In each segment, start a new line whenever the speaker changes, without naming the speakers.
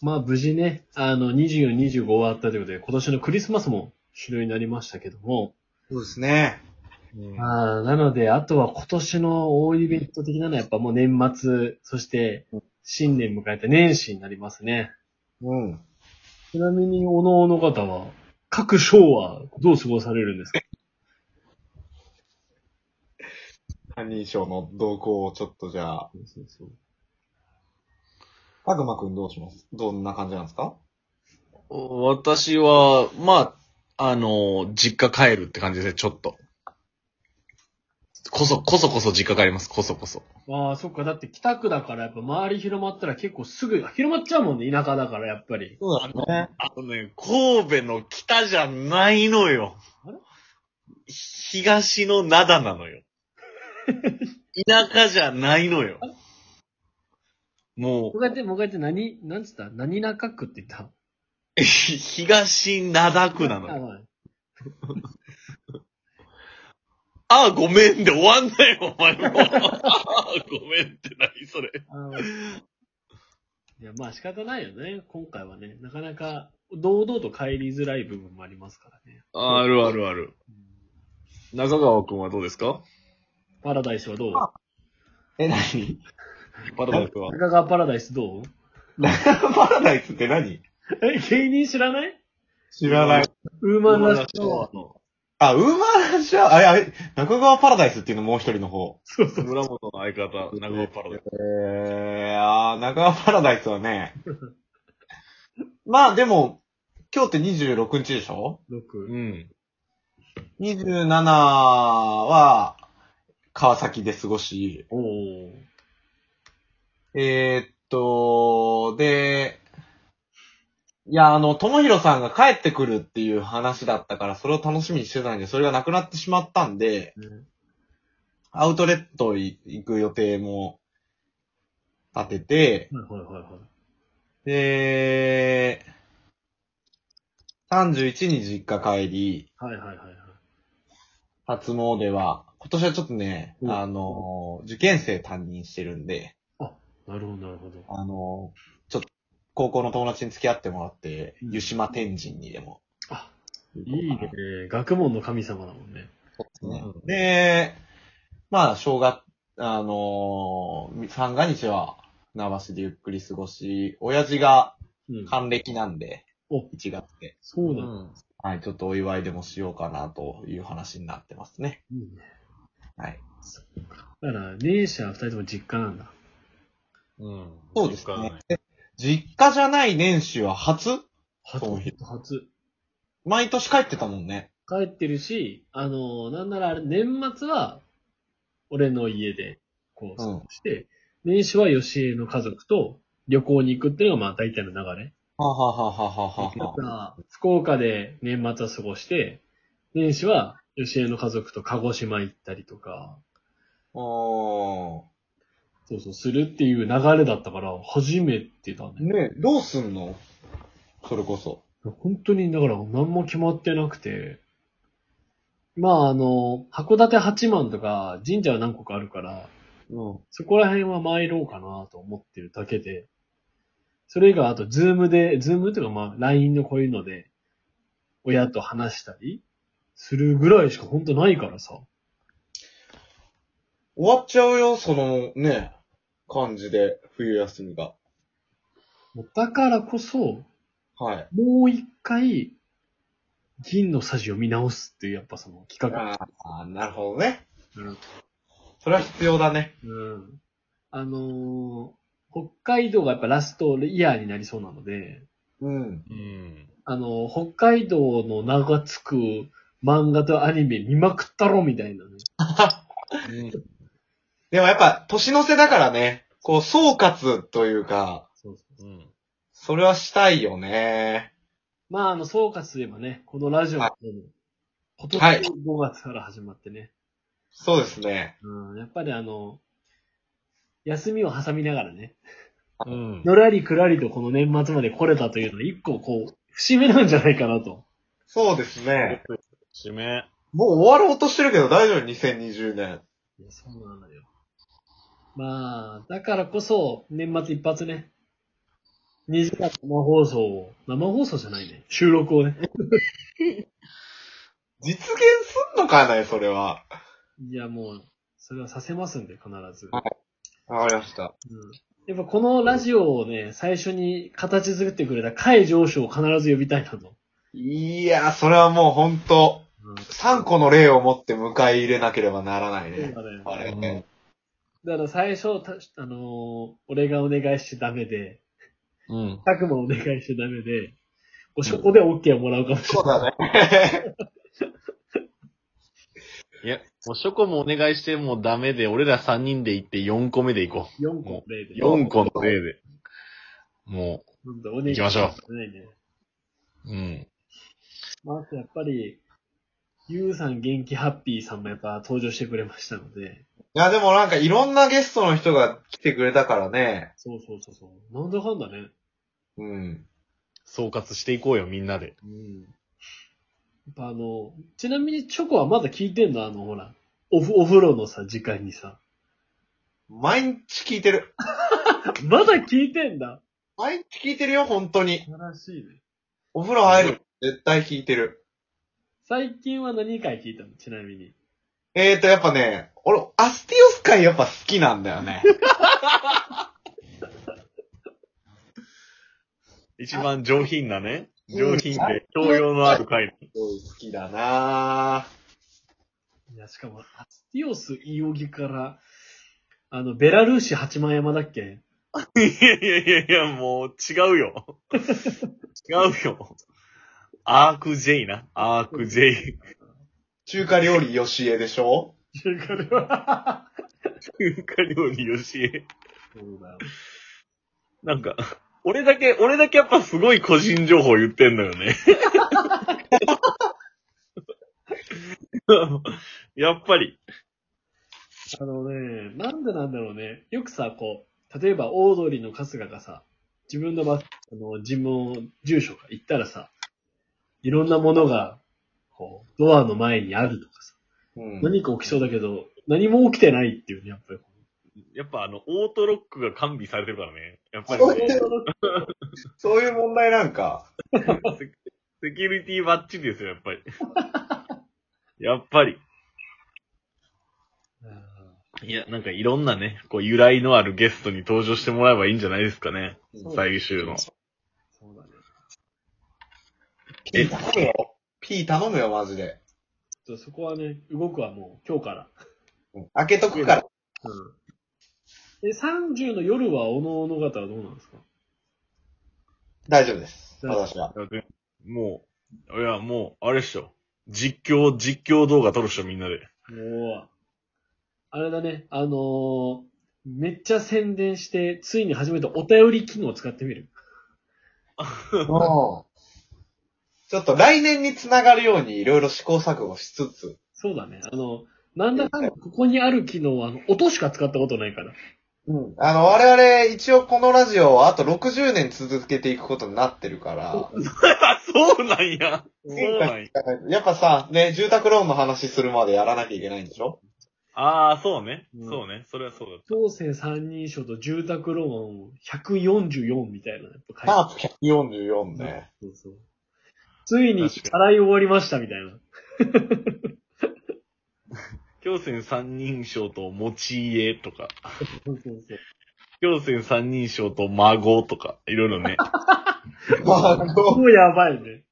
まあ無事ね、あの、24、25終わったということで、今年のクリスマスも終了になりましたけども、
そうですね。
まあ、なので、あとは今年の大イベント的なのはやっぱもう年末、そして新年迎えた年始になりますね。
うん。
ちなみに、おのおの方は、各章はどう過ごされるんですか
三人称の動向をちょっとじゃあ。パグマくんどうしますどんな感じなんですか
私は、まあ、あの、実家帰るって感じですね、ちょっと。こそ、こそこそ実家帰ります、こそこそ。
ああ、そっか。だって北区だからやっぱ周り広まったら結構すぐ、広まっちゃうもんね、田舎だからやっぱり。
そうだね。
あのね、神戸の北じゃないのよ
あれ。
東の灘なのよ。田舎じゃないのよ。も
もがいて、もがいて何、なんつった何中区って言った
う、東灘区なのよ。
あ
ああ、ごめんで終わんなよ、お前 も。ああ、ごめんって何それ。
あのいや、まあ仕方ないよね。今回はね、なかなか堂々と帰りづらい部分もありますからね。
あるあるある。中川くんはどうですか
パラダイスはどう
え、何
パラダイスは。
中川パラダイスどう
パラダイスって何
え、芸人知らない
知らない。
ウーマンラッシュアワーの。
あ、ウーマーランシャー、あれ、あれ、中川パラダイスっていうのもう一人の方。
そうそう。
村本の相方、中川パラダイス。
えー、あー中川パラダイスはね。まあでも、今日って26日でしょ
6。
うん。
?27 は、川崎で過ごし、
おお。
えー、っと、で、いや、あの、ともひろさんが帰ってくるっていう話だったから、それを楽しみにしてたんで、それがなくなってしまったんで、
うん
アウトレットい行く予定も立てて、
はいはいはいはい。
で、31に実家帰り、
はいはいはいはい。
初詣は、今年はちょっとね、
うん
あの、受験生担任してるんで、
なるほどなるほど。
あの、ちょっと、高校の友達に付き合ってもらって、
うん
湯島天神にでも。
あ、いいね。学問の神様だもんね。
ね
う
で、まあ、正月、あのー、三が日は、縄橋でゆっくり過ごし、親父が
うん。
還暦なんで、
お
1月で。
そうだ。
ん。
はい、ちょっとお祝いでもしようかなという話になってますね。
いいね。
はい。
だから、年始は二人とも実家なんだ。
うん。
そうですね。実家じゃない年始は初
初
そうひ。
初。
毎年帰ってたもんね。
帰ってるし、あのー、なんならあれ、年末は、俺の家で、こう、
うん
過ごして、年始は吉江の家族と旅行に行くっていうのが、まあ、大体の流れ。
はあ、はあはあはあはあ
だ
は
か
あ、
ら、福岡で年末は過ごして、年始は吉江の家族と鹿児島行ったりとか、
お
そうそう、するっていう流れだったから、初めてだ
ー
ね。
ねえどうすんのそれこそ。
本当に、だから、何も決まってなくて、まあ、あの、函館八幡とか、神社は何個かあるから、
うん。
そこら辺は参ろうかなと思ってるだけで、それ以外はあと、ズームで、ズームというかまあ、LINE のこういうので、親と話したりするぐらいしか本当ないからさ。
終わっちゃうよ、そのね、感じで、冬休みが。
もうだからこそ、
はい。
もう一回、銀のサジを見直すっていう、やっぱその企画。
ああ、なるほどね。
うん
それは必要だね。
うん。あのー北海道がやっぱラストイヤーになりそうなので、
うん。
うん。
あの、北海道の名がつく漫画とアニメ見まくったろみたいなね。
でもやっぱ、年の瀬だからね、こう、総括というか、
そうそう
うん。
それはしたいよね。
まあ、あの、総括すればね、このラジオも、
は
今
は
年
い
5月から始まってね、
そうですね。
うん、やっぱりあの、休みを挟みながらね、
うん。
のらりくらりとこの年末まで来れたというのは一個こう、節目なんじゃないかなと。
そうですね。
締め。
もう終わろうとしてるけど大丈夫 ?2020 年。
いや、そうなのよ。まあ、だからこそ、年末一発ね、 2時間生放送を、生放送じゃないね。収録をね。
実現すんのかね、それは。
いや、もう、それはさせますんで、必ず。
はわかりました。
うんやっぱこのラジオをね、最初に形作ってくれた海上昇を必ず呼びたいなと。
いやー、それはもうほんと、
うん
3個の例を持って迎え入れなければならない
そう
ね。
だね
あれね。
だから最初、たあのー俺がお願いしちゃダメで、
うん。
たくまお願いしちゃダメで、おしょこで OK をもらうかもし
そうだね。
いや、もうショコもお願いしてもうダメで、俺ら3人で行って4個目で行こ
れない。4個、例
う。
で。
4個の例で。も
なんだお願い
行きましょう
ゃダメね。
う、うん。
まあ、あとやっぱり、ゆうさん元気ハッピーさんもやっぱ登場してくれましたので、
いや、でもなんかいろんなゲストの人が来てくれたからね。
そうそうそうそう。なんだかんだね。
うん。
総括していこうよ、みんなで。
うん。やっぱあの、ちなみにチョコはまだ聞いてんのあの、ほら、おふお風呂のさ、時間にさ。
毎日聞いてる。
まだ聞いてんだ
毎日聞いてるよ、本当に。
素晴らしいね。
お風呂入る。絶対聞いてる。
最近は何回聞いたのちなみに。
えーと、やっぱね、俺、アスティオス会やっぱ好きなんだよ ね。
一番上品なね。上品で、教養のある回。
すごい好きだない
や、しかも、アスティオス・イオギから、あの、ベラルーシ八幡山だっ け
いやいやいやいや、もう違うよ。違うよ。アーク J な。アーク J。
中華料理よしえでしょ
中華では。
中華料理よしえ。
そうだよ。
なんか、俺だけ、俺だけやっぱすごい個人情報言ってんのよね。やっぱり。
あのね、なんでなんだろうね。よくさ、こう、例えばオードリーの春日がさ、自分のば、あの、尋問、住所が行ったらさ、いろんなものが、こう、ドアの前にあるとかさ、
うん。
何か起きそうだけど、何も起きてないっていうね、やっぱりこう。
やっぱあの、オートロックが完備されてるからね。やっぱり
そう
ね、
いう、そういう問題なんか。
セセキュリティバッチリですよ、やっぱり。やっぱり。いや、なんかいろんなね、こう、由来のあるゲストに登場してもらえばいいんじゃないですかね。
そうだね
最終の。
そうだね。
P 頼むよ。P 頼むよ、マジで。
ちょっとそこはね、動くはもう今日から。
開けとくから。
うん。え、30の夜は、おのおの方はどうなんですか
大丈夫です。
大丈夫
私は。
だってもう、いや、もう、あれっしょ。実況、実況動画撮るっしょ、みんなで。
もう、あれだね、あのー、めっちゃ宣伝して、ついに初めてお便り機能を使ってみる。
ちょっと来年につながるようにいろいろ試行錯誤しつつ。
そうだね。あの、なんだかんだ、ここにある機能は、あの音しか使ったことないから。
うん。あの、我々一応このラジオはあと60年続けていくことになってるから。
そうなんや。そう
進
な
化
んや
してい。かないとやっぱさ、ね、住宅ローンの話するまでやらなきゃいけないんでしょ
ああ、そうね。
うん
そうね。それはそうだ。
当世三人称と住宅ローン144みたいな、やっぱ書いてある
パープ144ね。
そうそうついに、
確か
払い終わりましたみたいな。
京戦三人称と持ち家とか、
そうそうそう。
京戦三人称と孫とか、いろいろね。
まあ、こ
もうやばいね。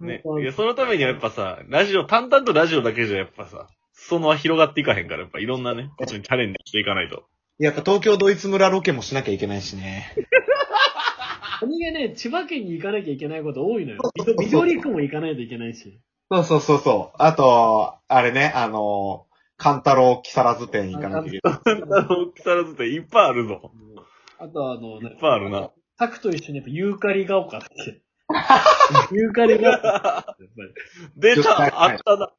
ね
も。う
いや、そのためにはやっぱさ、ラジオ、淡々とラジオだけじゃやっぱさ、そのは広がっていかへんから、やっぱいろんなね、ことにチャレンジしていかないと。
う やっぱ東京ドイツ村ロケもしなきゃいけないしね。
何がね、千葉県に行かなきゃいけないこと多いのよ
そうそう。そう
緑区も行かないといけないし。
そうそうそうそう。あと、あれね、あの、カンタロウ木更津店行かなきゃいけない。
あの、木更津っていっぱいあるぞ。
あとはあの、
いっぱいあるな。
タクと一緒にやっぱユーカリが丘って。 ユーカリが丘。やっぱり。
出たあったな。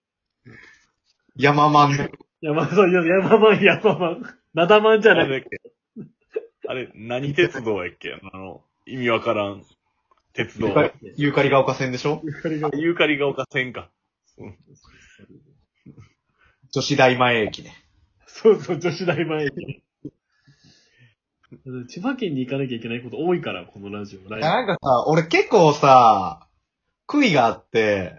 山マンね。
山、そう、山マン、山マン。なだまんじゃ
あ
な
れ
い。
だっけあれ、何鉄道やっけあの、意味わからん。鉄道。
ユーカリが丘線でしょ
ユーカリが丘。
ユーカリが丘線か。
女子大前駅ね。
そうそう、女子大前に。千葉県に行かなきゃいけないこと多いから、このラジオ。ラ
い
イ
やなんかさ、俺結構さ、悔いがあって、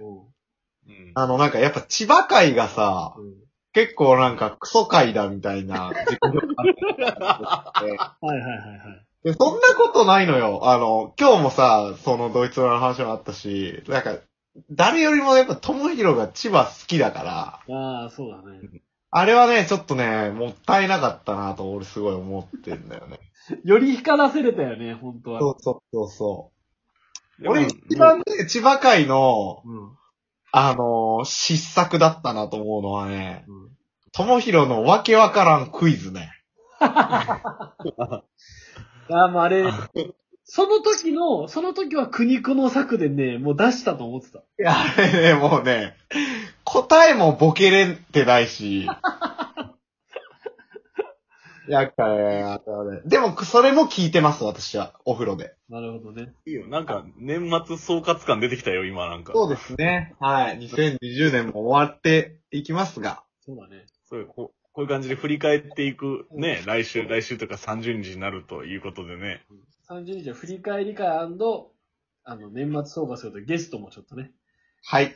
ブ。
うん。
あのなんかやっぱ千葉会がさ、
うんうん
結構なんかクソ会だみたいな自己評価があって
はいはいはいはい。
でそんなことないのよ。あの、今日もさ、そのドイツ村の話もあったし、なんか、誰よりもやっぱともひろが千葉好きだから、
ああ、そうだね。
あれはね、ちょっとね、もったいなかったなと俺すごい思ってんだよね。
より光らせれたよね、本当は。
そうそうそうそ
で
う。
も
俺一番ね、千葉会の、
うん。
あのー失策だったなと思うのはね、
うん。
ともひろのわけわからんクイズね。
ああ、まああれ、その時の、その時は苦肉の策でね、もう出したと思ってた。
いや、あれね、もうね、答えもボケれてないし。 やっかね、あれはね。でも、それも聞いてます、私は。お風呂で。
なるほどね。
いいよ。なんか、年末総括感出てきたよ、今なんか。
そうですね。はい。2020年も終わっていきますが。
そうだね。
そういうこうこういう感じで振り返っていく、ね、来週、来週とか30日になるということでね。
30日は振り返り会あの、年末総括するとゲストもちょっとね、
はい。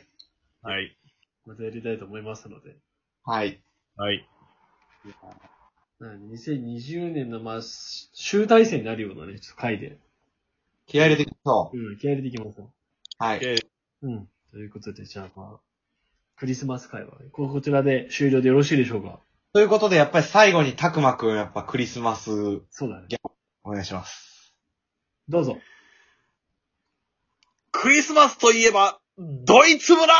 はい。
またやりたいと思いますので。
はい。
はい。
うん2020年の、まあ、し集大成になるようなね、ちょっと回で。
気合入れていきそ
うん、気合い入れていきましょ
う。はい。
えー
う。うん。ということで、じゃあまあ、クリスマス会はね、ここちらで終了でよろしいでしょうか
ということで、やっぱり最後にたくまくん、やっぱクリスマス、
そうだね。
お願いします。
どうぞ。
クリスマスといえば、ドイツ村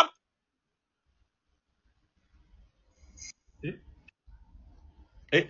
え
え